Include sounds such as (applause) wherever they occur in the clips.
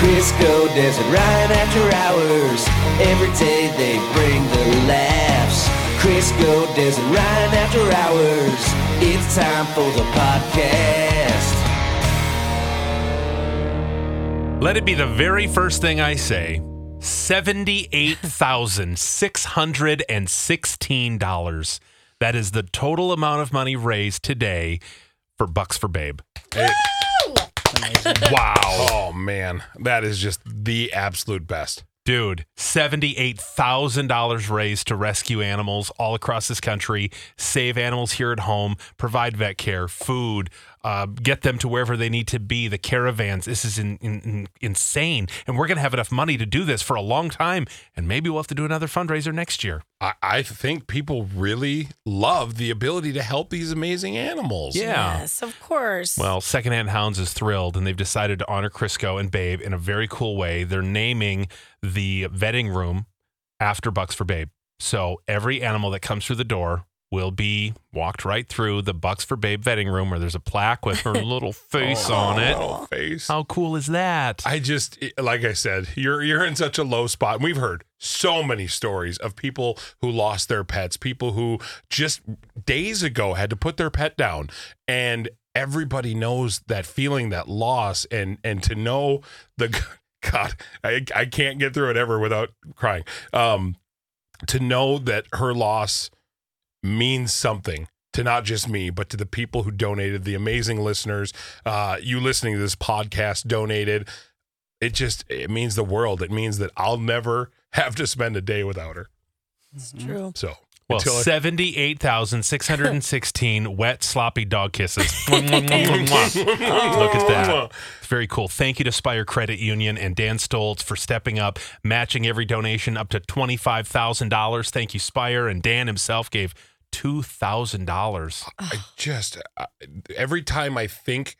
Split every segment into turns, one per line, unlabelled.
Crisco does it right after hours. Every day they bring the laughs. Crisco does it right after hours. It's time for the podcast.
Let it be the very first thing I say. $78,616. That is the total amount of money raised today for Bucks for Babe.
Wow. (laughs) Oh man, that is just the absolute best.
Dude, $78,000 raised to rescue animals all across this country, save animals here at home, provide vet care, food, uh, get them to wherever they need to be, the caravans. This is in, in, in- insane. And we're going to have enough money to do this for a long time. And maybe we'll have to do another fundraiser next year.
I, I think people really love the ability to help these amazing animals.
Yeah.
Yes, of course.
Well, Secondhand Hounds is thrilled, and they've decided to honor Crisco and Babe in a very cool way. They're naming the vetting room after Bucks for Babe. So every animal that comes through the door will be walked right through the Bucks for Babe vetting room where there's a plaque with
(laughs)
her little face on it.
Oh, face.
How cool is that?
I just it- like I said, you're you're in such a low spot. And we've heard so many stories of people who lost their pets, people who just days ago had to put their pet down. And everybody knows that feeling, that loss, and and to know the (laughs) God, I I can't get through it ever without crying. Um to know that her loss means something to not just me, but to the people who donated, the amazing listeners, uh, you listening to this podcast donated. It just it means the world. It means that I'll never (laughs) have to spend a day without her.
it's true.
So
well,
until I- (laughs)
78,616 wet, sloppy dog kisses. Mwah, mwah, mwah, mwah, mwah.
(laughs)
Look at that. It's very cool. Thank you to Spire Credit Union and Dan Stoltz for stepping up, matching every donation up to $25,000. Thank you, Spire. And Dan himself gave $2,000.
I just I, every time I think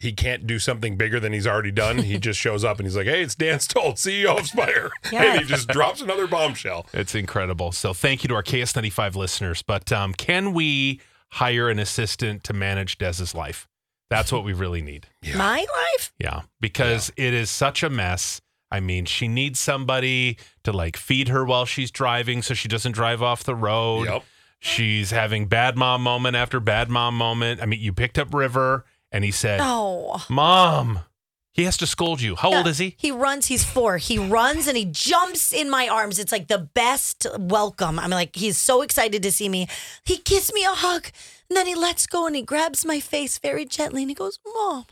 he can't do something bigger than he's already done,
(laughs)
he just shows up and he's like, "Hey, it's Dan Stolt, CEO of Spire," (laughs) and he just drops another bombshell.
It's incredible. So thank you to our KS95 listeners. But um, can we hire an assistant to manage Dez's life? That's what we really need.
My life?
Yeah, because it is such a mess. I mean, she needs somebody to like feed her while she's driving so she doesn't drive off the road.
Yep.
She's having bad mom moment after bad mom moment. I mean, you picked up River and he said,
No.
Mom, he has to scold you. How old
Oh. Yeah.
is he?
He runs. He's four. He runs and he jumps in my arms. It's like the best welcome. I'm like, he's so excited to see me. He gives me a hug and then he lets go and he grabs my face very gently and he goes, Mom,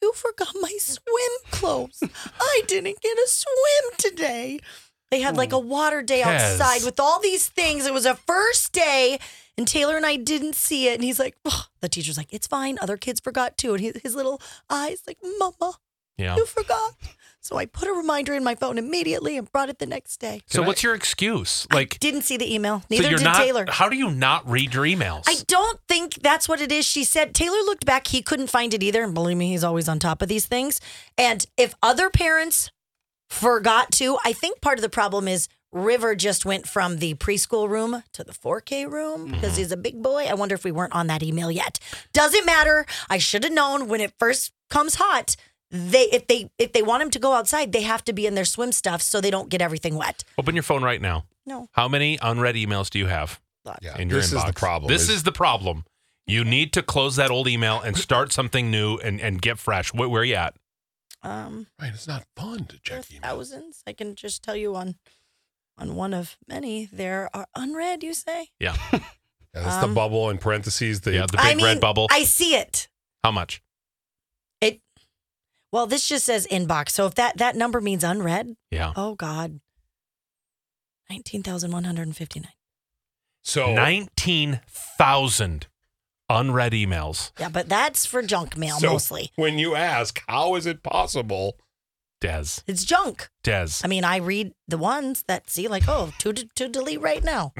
you forgot my swim clothes. I didn't get a swim today. They had like a water day
Tez.
outside with all these things. It was a first day, and Taylor and I didn't see it. And he's like, "Ugh." the teacher's like, it's fine. Other kids forgot too. And he, his little eyes, like, Mama,
Yeah.
you forgot. So I put a reminder in my phone immediately and brought it the next day.
So what's your excuse? Like
Didn't see the email.
so
Neither
you're
did
not
Taylor.
How do you not read your emails?
I don't think that's what it is. She said Taylor looked back. He couldn't find it either. And believe me, he's always on top of these things. And if other parents forgot to, I think part of the problem is River just went from the preschool room to the 4K room because he's a big boy. I wonder if we weren't on that email yet. Doesn't matter. I should have known when it first comes hot. They if they if they want him to go outside, they have to be in their swim stuff so they don't get everything wet.
Open your phone right now.
No.
How many unread emails do you have?
Yeah,
in your
this
inbox.
is the problem.
This is the problem. You need to close that old email and start something new and, and get fresh. Where, where you at?
Um
right. It's not fun to
there are
check email.
thousands. I can just tell you on on one of many. There are unread. You say?
Yeah.
Yeah, that's
Um,
the bubble in parentheses. The,
Yeah, the-
I
big red
mean,
bubble.
I see it.
How much?
It. Well, this just says inbox. So if that that number means unread,
Yeah.
oh God, nineteen thousand one hundred and fifty nine.
so
19,000 unread emails.
Yeah, but that's for junk mail
So
mostly.
when you ask, how is it possible?
Dez,
It's junk.
Dez.
I mean, I read the ones that see like, oh, to to delete right
(laughs)
now,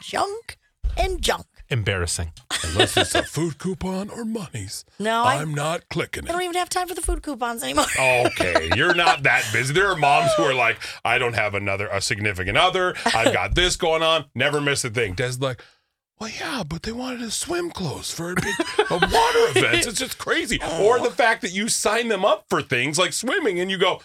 junk and junk.
Embarrassing.
Unless it's a food coupon or monies,
No, I,
I'm not clicking
I don't
it.
even have time for the food coupons anymore.
Okay, you're not that busy. There are moms who are like, I don't have another a significant other. I've
(laughs)
got this going on. Never miss a thing. Des like, well, yeah, but they wanted a swim clothes for a, big, a water event. It's just crazy. Or the fact that you sign them up for things like swimming, and you go,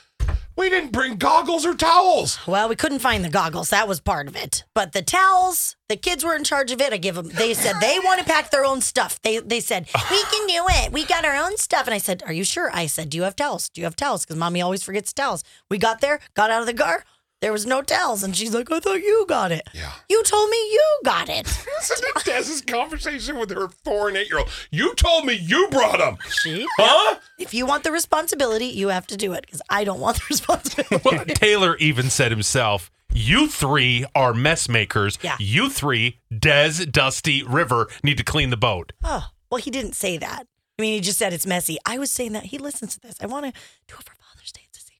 we didn't bring goggles or towels.
Well, we couldn't find the goggles. That was part of it. But the towels, the kids were in charge of it. I give them. They said they want to pack their own stuff. They they said we can do it. We got our own stuff. And I said, Are you sure? I said, Do you have towels? Do you have towels? Because mommy always forgets towels. We got there, got out of the car. There was no towels, and she's like, I thought you got it.
Yeah.
You told me you got it. (laughs)
Listen (laughs) to Des's conversation with her four and eight year old. You told me you brought them.
She.
Huh?
If you want the responsibility, you have to do it. Because I don't want the
(laughs)
(laughs)
Well,
responsibility.
Taylor even said himself, "You three are mess makers.
Yeah.
You three, Des, Dusty, River, need to clean the boat."
oh, well, he didn't say that. I mean, he just said it's messy. I was saying that. He listens to this. I want to do it for Father's Day. It's a secret.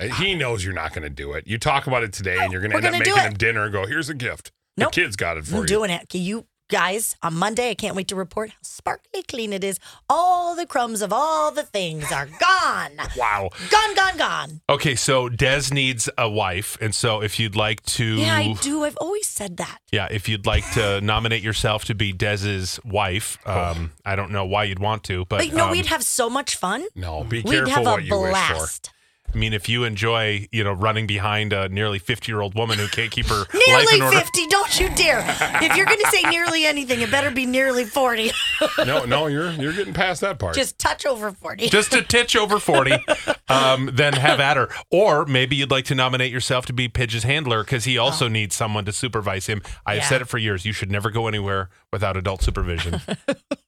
Yeah, he knows you're not going to do it. You talk about it today and you're going to
We're
end up
gonna
making
do
him
it.
dinner and go, here's a gift.
Nope.
The kid's got it for
I'm
you.
doing it. Okay, you guys, on Monday, I can't wait to report how sparkly clean it is. All the crumbs of all the things are gone.
Wow.
Gone, gone, gone.
Okay, so Des needs a wife, and so if you'd like to,
Yeah, I do. I've always said that.
Yeah, if you'd like
(laughs)
to nominate yourself to be Dez's wife, um, I don't know why you'd want to, but
Oh. But, no,
um,
we'd have so much fun.
No, be
We'd
careful
have a
what you wish for.
blast.
I mean, if you enjoy, you know, running behind a nearly fifty-year-old woman who can't keep
(laughs)
her life
Nearly
in order,
50, don't you dare. If you're going to say nearly anything, it better be nearly 40.
(laughs) no, no, you're you're getting past that part.
(laughs) Just touch over 40.
just a titch over
(laughs)
40, um, then have at her. Or maybe you'd like to nominate yourself to be Pidge's handler because he also needs someone to supervise him. I have
Oh. Yeah.
said it for years. You should never go anywhere without adult
(laughs)
supervision.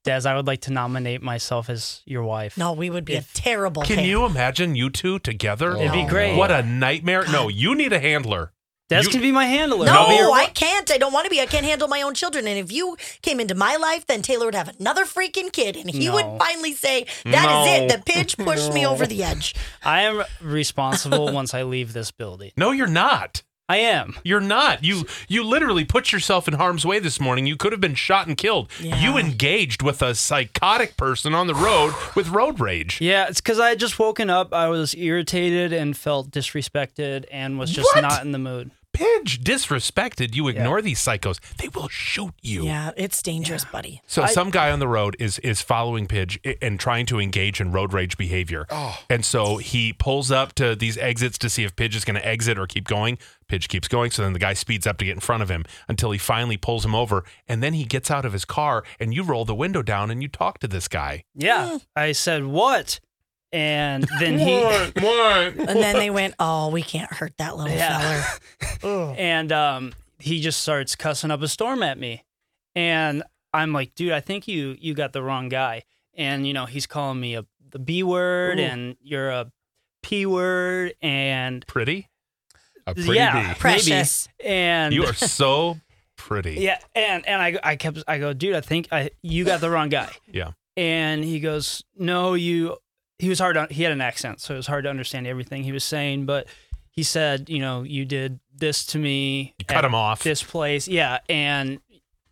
Des, I would like to nominate myself as your wife.
No, we would be a terrible
Can
pair.
you imagine you two together? Oh.
It'd
Oh.
be great.
What a nightmare. No, you need a handler.
Des
You-
can be my handler.
No,
I'll be your
I
wi-
can't. I don't want to be. I can't handle my own children. And if you came into my life, then Taylor would have another freaking kid, and he
No.
would finally say, "That is it. The pitch pushed me over the edge."
I am
(laughs)
responsible once I leave this building.
No, you're not.
I am.
You're not. You you literally put yourself in harm's way this morning. You could have been shot and killed. You engaged with a psychotic person on the road with road rage.
Yeah, it's because I had just woken up. I was irritated and felt disrespected and was just
What?
not in the mood.
Pidge disrespected. You ignore these psychos. They will shoot you.
Yeah, it's dangerous, buddy.
So some guy on the road is is following Pidge i- and trying to engage in road rage behavior. And so he pulls up to these exits to see if Pidge is going to exit or keep going. Pidge keeps going, so then the guy speeds up to get in front of him until he finally pulls him over and then he gets out of his car and you roll the window down and you talk to this guy.
Yeah,
Mm.
I said what, and
(laughs)
then he (laughs)
What? What?
And then they went, "Oh, we can't hurt that little
Yeah.
feller."
and um, he just starts cussing up a storm at me, and I'm like, dude, I think you you got the wrong guy, and you know he's calling me a the b word and you're a p word and
Pretty?
A pretty
yeah,
bee.
maybe.
Precious.
and
You are so pretty.
(laughs) Yeah, and and I I kept I go, dude, I think I you got the wrong guy.
(laughs) Yeah.
And he goes, no, you. He was hard on. He had an accent, so it was hard to understand everything he was saying. But he said, you know, you did this to me.
You cut
at
him off.
This place, yeah, and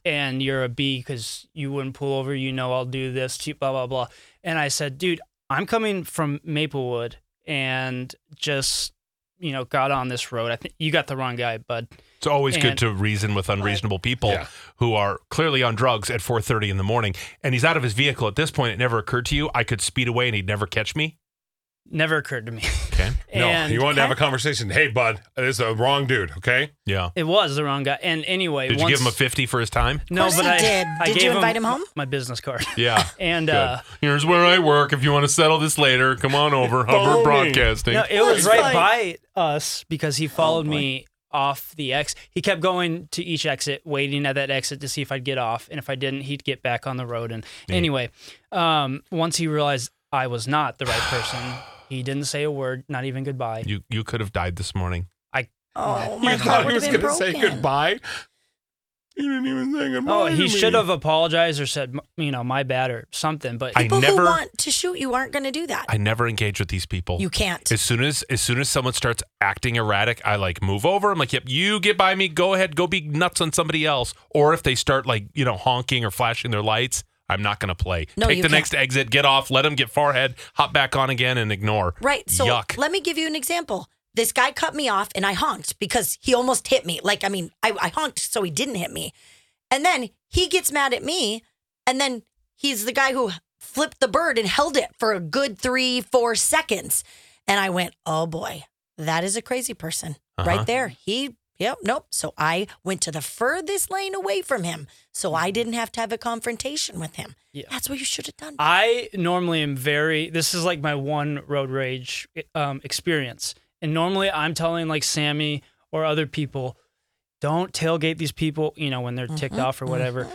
and you're a B because you wouldn't pull over. You know, I'll do this. to you, Blah blah blah. And I said, dude, I'm coming from Maplewood and just you know got on this road. I think you got the wrong guy, bud.
It's always good
And-
to reason with unreasonable people
Yeah.
who are clearly on drugs at 4:30 in the morning and he's out of his vehicle at this point it never occurred to you I could speed away and he'd never catch me.
Never occurred to me.
Okay.
No,
And-
you wanted to have a conversation. Hey, bud, this is the wrong dude, okay?
Yeah.
It was the wrong guy. And anyway,
Did
once,
you give him a 50 for his time?
No,
Of course
but
you
I
did.
I
Did you
gave
invite him home?
My business card.
Yeah.
(laughs) And uh,
Here's where I work. If you want to settle this later, come on over.
Phony.
Hubbard Broadcasting.
no, it was right by us because
Oh
he followed me off the X. He kept going to each exit, waiting at that exit to see if I'd get off, and if I didn't, he'd get back on the road. And anyway, um, once he realized I was not the
(sighs)
right person, he didn't say a word, not even goodbye.
You you could have died this morning.
Oh
You
my
thought
God,
he was
would have been
gonna say
broken.
goodbye? You didn't even think
Oh,
about it.
he should have apologized or said, m- you know, my bad or something. But
I
People
never-
who want to shoot you aren't going to do that.
I never engage with these people.
you can't.
As soon as as soon as someone starts acting erratic, I like move over. I'm like, yep, you get by me. Go ahead, go be nuts on somebody else. Or if they start like you know honking or flashing their lights, I'm not gonna play.
No,
Take
you
the
can't.
next exit, get off, let them get forehead, hop back on again, and ignore.
Right. So
yuck.
let me give you an example. This guy cut me off and I honked because he almost hit me. Like, I mean, I, I honked so he didn't hit me. And then he gets mad at me. And then he's the guy who flipped the bird and held it for a good three, four seconds. And I went, oh boy, that is a crazy person
Uh-huh.
right there. He, yep, nope. So I went to the furthest lane away from him. So
Mm-hmm.
I didn't have to have a confrontation with him.
Yeah.
That's what you should have done.
I normally am very. This is like my one road rage um, experience, and normally I'm telling like Sammy or other people, don't tailgate these people. You know when they're ticked off or whatever.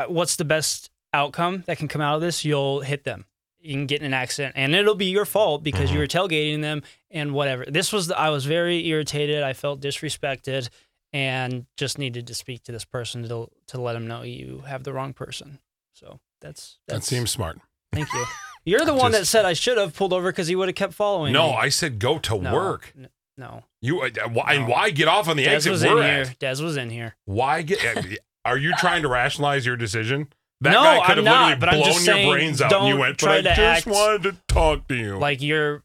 Uh, What's the best outcome that can come out of this? You'll hit them. You can get in an accident, and it'll be your fault because
Mm-hmm.
you were tailgating them and whatever. This was. The, I was very irritated. I felt disrespected. And just needed to speak to this person to to let him know you have the wrong person. So that's,
That
that's
seems smart.
Thank you. You're the one that
Just-
said I should have pulled over because he would have kept following.
No,
me.
I said go to
No,
work.
n- No,
You uh, why, and why get off on the
Dez
exit
was in
we're
here.
at?
Dez was in here.
Why get? eh, (laughs) Are you trying to rationalize your decision? That
No,
guy could have
I'm not,
literally
but I'm
blown
just
your
saying
brains out, and you
don't
went. But
try
I
to
just
act
wanted to talk to you.
Like you're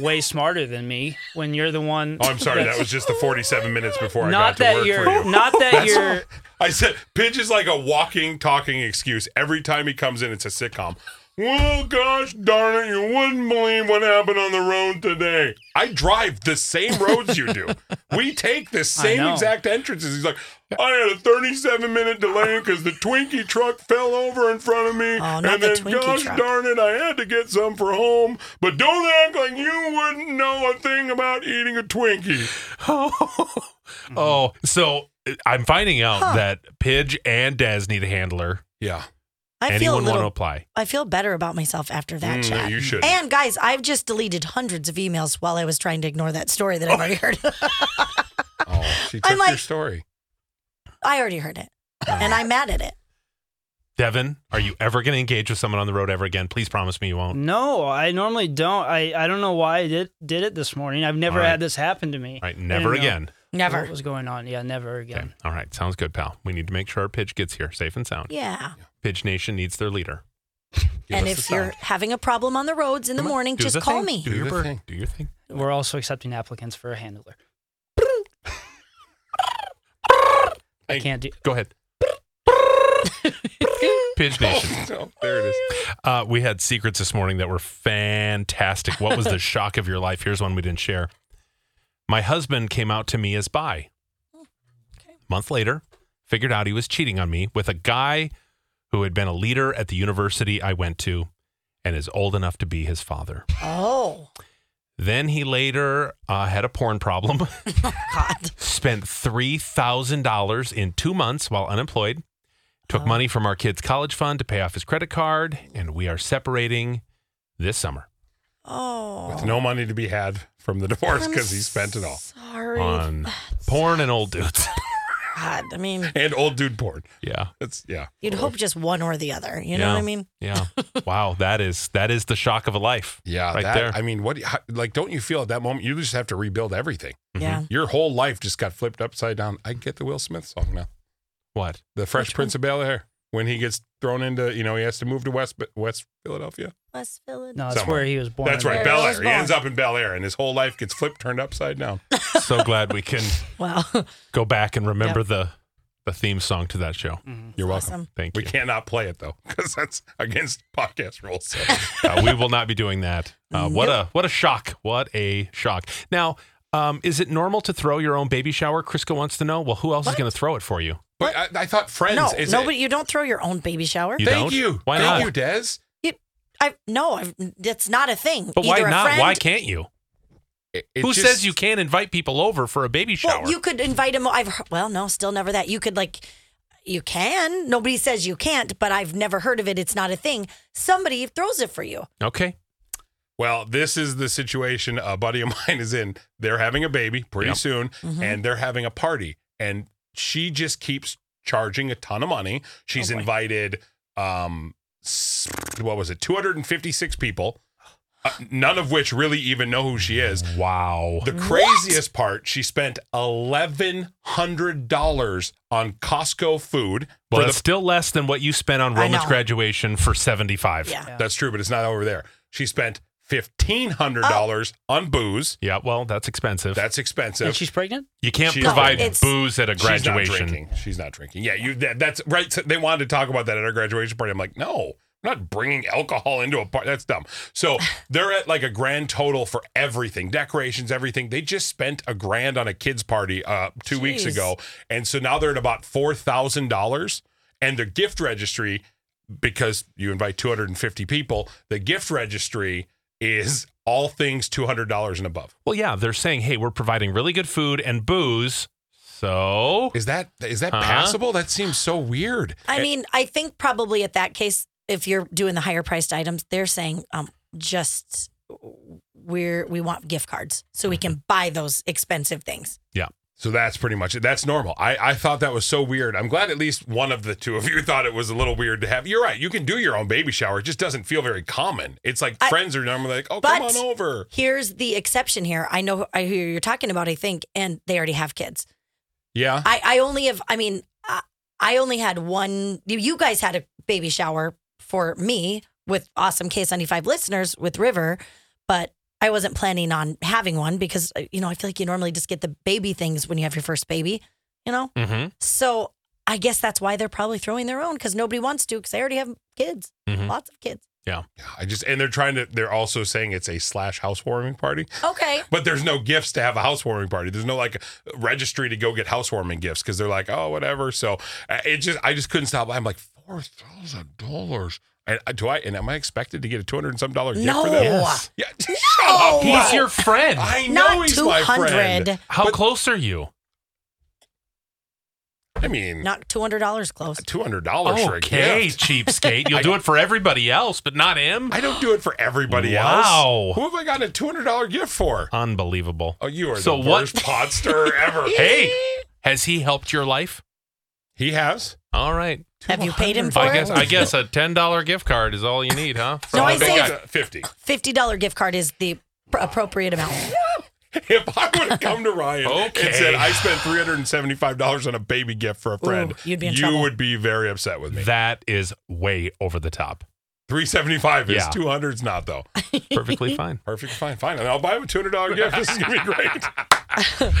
way smarter than me when you're the one.
oh, I'm sorry. That was just the 47 minutes before I got
not
to
that
work
you're
for you.
(laughs) not that
That's-
you're.
I said, Pidge is like a walking, talking excuse. Every time he comes in, it's a sitcom. Well, gosh darn it, you wouldn't believe what happened on the road today. I drive the same roads you
(laughs)
do. We take the same
know.
exact entrances. He's like, I had a 37 minute delay because the Twinkie truck fell over in front of me.
Oh, not
and
the
then,
Twinkie
gosh
truck.
darn it, I had to get some for home. But don't act like you wouldn't know a thing about eating a
(laughs)
Twinkie.
oh, (laughs) oh, so uh, I'm finding out that Pidge and Dez need a handler.
Yeah.
I
Anyone
feel a
want to
little
apply?
I feel better about myself after that
Mm,
chat.
you shouldn't.
And guys, I've just deleted hundreds of emails while I was trying to ignore that story that I've already heard. (laughs)
Oh, she took
I'm
your
like-
story.
I already heard it, and I'm mad at it.
Devin, are you ever going to engage with someone on the road ever again? Please promise me you
Mm.
won't.
No, I normally don't. I, I don't know why I did did it this morning. I've never
All right.
had this happen to me.
All right,
I didn't
never
know
again.
Never.
What was going on? Yeah, never
Okay.
again.
All right, sounds good, pal. We need to make sure our Pidge gets here safe and sound.
Yeah.
Pidge Nation needs their leader. Give
(laughs) and
us the
if you're
sound.
having a problem on the roads in the
Come on,
morning,
do
just
the
call
thing.
me.
Do,
Do
your
the
bird.
thing.
Do your thing.
We're also accepting applicants for a handler. I
Hey.
can't do.
Go
(laughs)
ahead. Pidge Nation.
Oh, there it is.
Uh, we had secrets this morning that were fantastic. What was the shock of your life? Here's one we didn't share. My husband came out to me as bi. Month later, figured out he was cheating on me with a guy who had been a leader at the university I went to and is old enough to be his father.
Oh,
Then he later uh, had a porn problem. (laughs)
God.
spent $3,000 in two months while unemployed, took money from our kids' college fund to pay off his credit card, and we are separating this summer
Oh.
With no money to be had from the divorce
I'm
because he spent it all.
Sorry.
on
That's-
porn and old dudes. (laughs)
God, I mean,
And old dude porn.
yeah.
That's yeah.
you'd hope just one or the other. You know
Yeah.
what I mean? (laughs)
Yeah. Wow, that is that is the shock of a life.
Yeah,
Right
that,
there.
I mean, what? How, like, don't you feel at that moment you just have to rebuild everything?
Mm-hmm.
Yeah.
Your whole life just got flipped upside down. I get the Will Smith song now,
What?
the Fresh
Which one?
Prince of Bel Air. When he gets thrown into, you know, he has to move to West West Philadelphia.
West
No,
Philadelphia.
that's
Somewhere.
where he was born.
That's
and
right,
Where
Bel
he
Air.
was
He ends
born.
up in Bel Air, and his whole life gets flipped, turned upside down.
So glad we
(laughs)
can
Wow.
go back and remember the the theme song to that show.
You're welcome.
Awesome.
Thank
Mm-hmm. We
you.
cannot play it though, because that's against podcast rules. So.
Uh, we will not be doing that. Uh, what a what a shock! What a shock! Now, um, is it normal to throw your own baby shower? Crisco wants to know. Well, who else is going to throw it for you?
(laughs) But I, I thought Friends.
No,
is
no,
it-
but you don't throw your own baby shower.
You
Thank
don't?
you.
Why
Thank
not?
you, Des.
You- I no, I've, that's not a thing.
But why
Either a
not?
friend-
Why can't you?
It- it
who
just-
says you can't invite people over for a baby shower?
Well, you could invite him. I've heard- well, no, still never that. You could like, you can. Nobody says you can't, but I've never heard of it. It's not a thing. Somebody throws it for you.
okay.
Well, this is the situation a buddy of (laughs) mine is in. They're having a baby pretty
Yep.
soon, and they're having a party, and she just keeps charging a ton of money. She's invited, um, s- what was it, 256 people, uh, none of which really even know who she is.
Wow.
The craziest part, she spent eleven hundred dollars on Costco food.
Well,
for
that's
the,
still less than what you spent on
I
Roman's
know.
graduation for 75.
Yeah.
that's true, but it's not over there. She spent fifteen hundred dollars on booze.
Yeah, well, that's expensive.
That's expensive.
And she's pregnant?
you can't
She's-
provide
No, it's-
booze at a
She's not
graduation.
drinking. She's not drinking. Yeah, you. That, that's right. So They wanted to talk about that at our graduation party. I'm like, no, I'm not bringing alcohol into a party. That's dumb. So they're at like a grand total for everything, decorations, everything. They just spent a grand on a kids' party uh, two weeks
Jeez.
ago, and so now they're at about four thousand dollars, and their gift registry. Because you invite 250 people, the gift registry is all things $200 and above.
Well, yeah, they're saying, hey, we're providing really good food and booze. So
Is that is that
Huh?
passable? That seems so weird.
I mean, I think probably at that case, if you're doing the higher priced items, they're saying um, just we're we want gift cards so we can buy those expensive things.
So that's pretty much it. That's normal. I, I thought that was so weird. I'm glad at least one of the two of you (laughs) thought it was a little weird to have. You're right. You can do your own baby shower. It just doesn't feel very common. It's like
I-
friends are normally like, oh,
But-
come on over.
Here's the exception here. I know I hear you're talking about. I think, and they already have kids.
Yeah.
I I only have. I mean, I, I only had one. You, you guys had a baby shower for me with awesome K ninety five listeners with River, but I wasn't planning on having one because uh, you know I feel like you normally just get the baby things when you have your first baby. You know,
Mhm.
So I guess that's why they're probably throwing their own because nobody wants to because they already have kids,
Mhm.
lots of kids.
I just, and they're trying to, they're also saying it's a slash housewarming party,
Okay.
but there's no gifts to have a housewarming party. There's no like registry to go get housewarming gifts because they're like, oh, whatever. So uh, it just, I just couldn't stop. I'm like, $4,000. And uh, do I, and am I expected to get a 200 and some dollar gift for
No.
that?
Yes.
(laughs) Yeah. Shut up.
He's
Mike.
he's your friend.
I know
Not
he's my friend.
200.
How close are you?
I mean,
Not $200
Uh,
close.
two hundred dollars for a
Okay,
gift.
cheapskate.
(laughs)
You'll do it for everybody else, but not him.
I don't do it for everybody
Wow.
else. Who have I gotten a two hundred dollar gift for?
Unbelievable.
Oh, you are
So
the
what-
worst (laughs) podster
(laughs)
ever.
Hey, has he helped your life?
he has.
All right.
Have you paid him for
I
it?
guess I guess a ten dollar gift card is all you need, huh?
No, I
Big
say-
guy, fifty.
$50 gift card is the pr- appropriate amount.
(laughs) If I would have come to Ryan
Okay.
and said I spent three hundred and seventy five dollars on a baby gift for a friend,
Ooh, you'd be in
you
trouble.
would be very upset with me.
that is way over the top.
Three seventy five is
Yeah.
two hundred's not though.
(laughs)
Perfectly fine.
Perfect, fine, fine. I'll buy him a two hundred dollar gift. This
(laughs)
is gonna be great.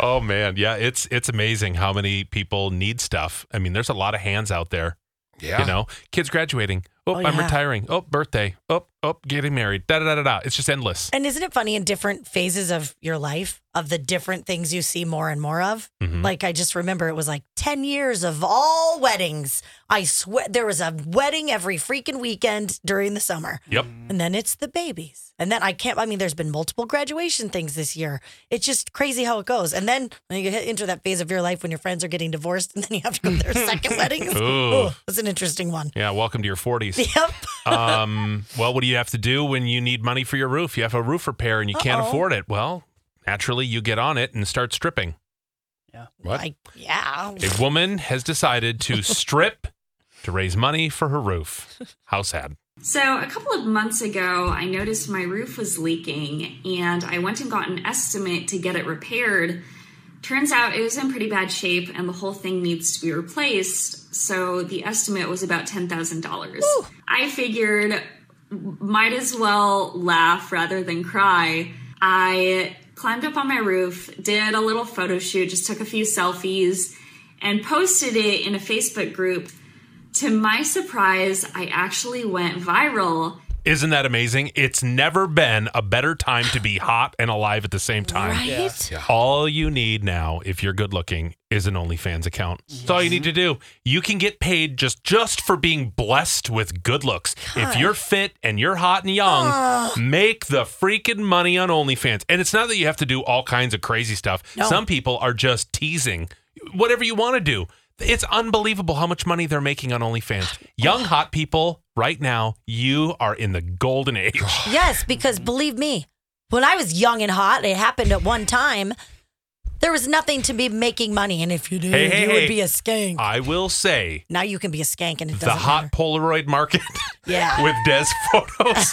Oh man, yeah, it's it's amazing how many people need stuff. I mean, there's a lot of hands out there.
Yeah.
You know, kids graduating. Oh,
Oh,
I'm
yeah.
retiring. Oh, birthday. Oh, oh, getting married. Da da da da da. It's just endless.
And isn't it funny in different phases of your life, of the different things you see more and more of?
Mhm.
Like, I just remember it was like 10 years of all weddings. I swear there was a wedding every freaking weekend during the summer.
Yep.
And then it's the babies. And then I can't, I mean, there's been multiple graduation things this year. It's just crazy how it goes. And then when you hit- enter that phase of your life when your friends are getting divorced (laughs) and then you have to go to their second wedding.
Ooh.
that's an interesting one. (laughs)
Yeah, welcome to your 40s.
Yep.
um, well, what do you have to do when you need money for your roof? You have a roof repair and you can't
Uh-oh.
afford it. Well, naturally, you get on it and start stripping.
What?
Like, yeah.
A woman has decided to strip to raise money for her roof. How sad.
So, a couple of months ago, I noticed my roof was leaking and I went and got an estimate to get it repaired. Turns out it was in pretty bad shape and the whole thing needs to be replaced. So, the estimate was about $10,000. I figured might as well laugh rather than cry. I climbed up on my roof, did a little photo shoot, just took a few selfies, and posted it in a Facebook group. To my surprise, I actually went viral.
Isn't that amazing? It's never been a better time to be hot and alive at the same time.
Right?
All you need now, if you're good looking, is an OnlyFans account. That's all you need to do. You can get paid just just for being blessed with good looks. If you're fit and you're hot and young, make the freaking money on OnlyFans. And it's not that you have to do all kinds of crazy stuff.
No.
Some people are just teasing whatever you want to do. It's unbelievable how much money they're making on OnlyFans. Young hot people, right now, you are in the golden
(sighs)
age.
Yes, because believe me, when I was young and hot, it happened at one time. There was nothing to be making money, and if you did,
Hey, hey,
you
hey.
would be a skank.
I will say
now you can be a skank, and it doesn't
the hot
matter.
Polaroid market (laughs)
Yeah.
with Des
(laughs)
photos.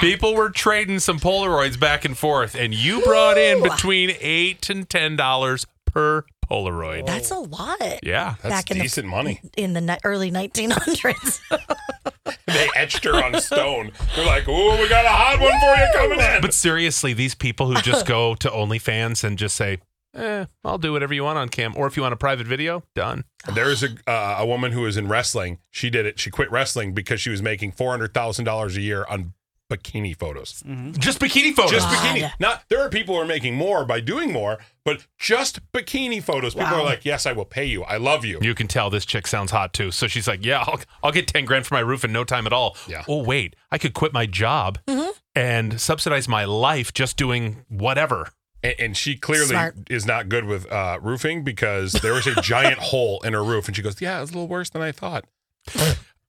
People were trading some Polaroids back and forth, and you brought in
Woo!
between eight and ten dollars per Polaroid.
That's a lot.
yeah.
That's
Back in the-
decent
(laughs)
money.
In the ni-
(laughs)
early 1900s,
They etched her on stone. They're like, "Ooh, we got a hot one for you coming in."
But seriously, these people who
(laughs)
just go to OnlyFans and just say, eh, I'll do whatever you want on cam, or if you want a private video, done.
There is a uh, a woman who was in wrestling. She did it. She quit wrestling because she was making four hundred thousand dollars a year on bikini photos.
Mm-hmm.
Just bikini photos.
Just
Oh, God.
bikini. Not there are people who are making more by doing more, but just bikini photos. People
Wow.
are like, "Yes, I will pay you. I love you."
you can tell this chick sounds hot too. So she's like, "Yeah, I'll, I'll get ten grand for my roof in no time at all."
Yeah.
Oh wait, I could quit my job and subsidize my life just doing whatever.
And, and she clearly
Smart.
is not good with uh, roofing because there was
(laughs)
a giant hole in her roof, and she goes, "Yeah, it's a little worse than I thought."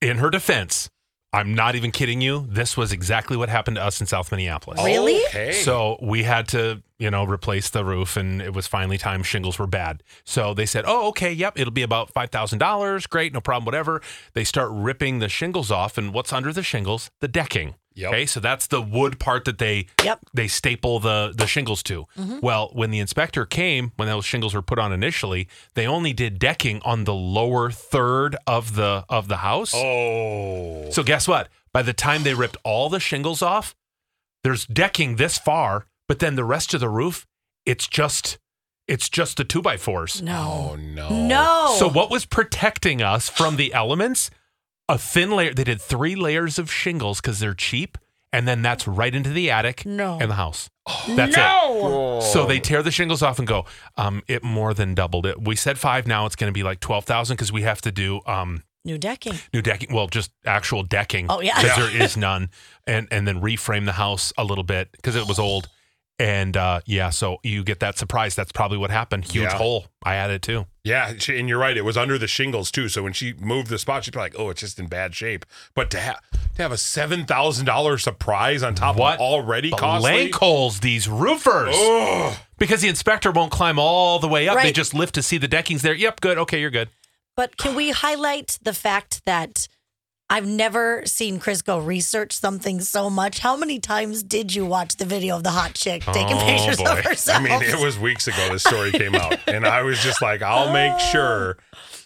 In her defense, I'm not even kidding you. This was exactly what happened to us in South Minneapolis.
Really?
Okay.
So we had to, you know, replace the roof, and it was finally time. Shingles were bad, so they said, "Oh, okay, yep, it'll be about five thousand dollars. Great, no problem, whatever." They start ripping the shingles off, and what's under the shingles? The decking.
Yep.
Okay, so that's the wood part that they
Yep.
they staple the the shingles to. Well, when the inspector came, when those shingles were put on initially, they only did decking on the lower third of the of the house.
oh,
So guess what? By the time they ripped all the shingles off, there's decking this far, but then the rest of the roof, it's just it's just the two by fours.
no,
oh no,
no.
So what was protecting us from the elements? A thin layer. They did three layers of shingles because they're cheap, and then that's right into the attic
No.
and the house. That's
No.
it. So they tear the shingles off and go. Um, it more than doubled it. We said five. Now it's going to be like twelve thousand because we have to do um
New decking.
new decking. Well, just actual decking.
Oh, yeah.
'cause
Yeah.
there is none, and and then reframe the house a little bit because it was old, and uh, yeah. So you get that surprise. That's probably what happened. Huge
Yeah.
hole. I added too.
Yeah, she, and you're right. It was under the shingles too. So when she moved the spot, she'd be like, "Oh, it's just in bad shape." But to have to have a seven thousand dollar surprise on top
What
of already costly.
Blank holes. These roofers.
Ugh.
Because the inspector won't climb all the way up. They
Right.
just lift to see the decking's there. Yep, good. Okay, you're good.
But can we highlight the fact that I've never seen Chris go research something so much? How many times did you watch the video of the hot chick taking
Oh,
pictures of
boy.
herself?
I mean, it was weeks ago this story came out, and I was just like, "I'll make
Oh.
sure."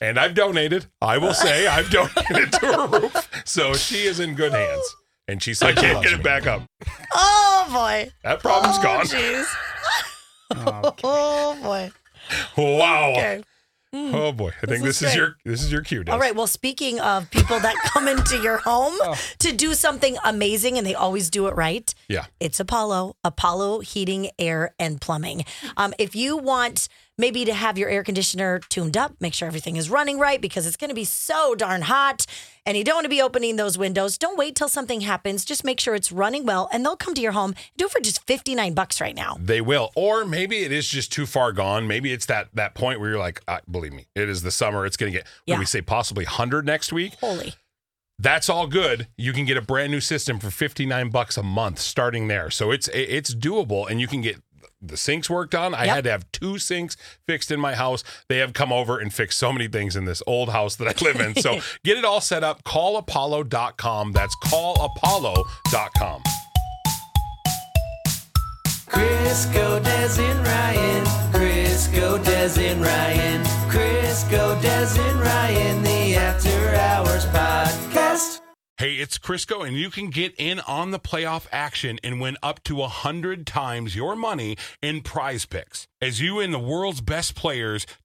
And I've donated. I will say I've (laughs) donated to her roof, so she is in good hands. And she said, "I can't get it back up.
(laughs) oh boy.
That problem's
oh,
gone."
Jeez. (laughs) oh boy.
(laughs) Wow.
Okay. Hmm.
Oh boy, I think
is
this is,
great.
your this is your cue. Des.
All right. Well, speaking of people that (laughs) come into your home to do something amazing and they always do it right,
Oh. Yeah.
it's Apollo, Apollo Heating, Air, and Plumbing. Um, if you want maybe to have your air conditioner tuned up, make sure everything is running right because it's going to be so darn hot and you don't want to be opening those windows. Don't wait till something happens. Just make sure it's running well and they'll come to your home and do it for just 59 bucks right now.
They will, or maybe it is just too far gone. Maybe it's that that point where you're like, uh, believe me, it is the summer. It's going to get. what
Yeah.
do we say possibly hundred next week?
Holy.
That's all good. You can get a brand new system for fifty nine bucks a month, starting there. So it's it- it's doable, and you can get the sinks worked on. I
Yep.
had to have two sinks fixed in my house. They have come over and fixed so many things in this old house that I live in. So get it all set up. Call Apollo.com. That's callapollo.com.
Crisco Des and Ryan. Crisco Des and Ryan. Crisco Des and Ryan. The After Hours Podcast.
Hey, it's Crisco, and you can get in on the playoff action and win up to 100 times your money in prize picks. As you and the world's best players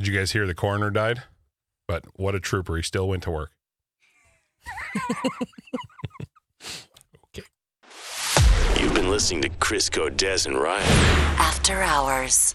Did you guys hear the coroner died? But what a trooper. He still went to work.
You've been listening to Chris Godez and Ryan.
After hours.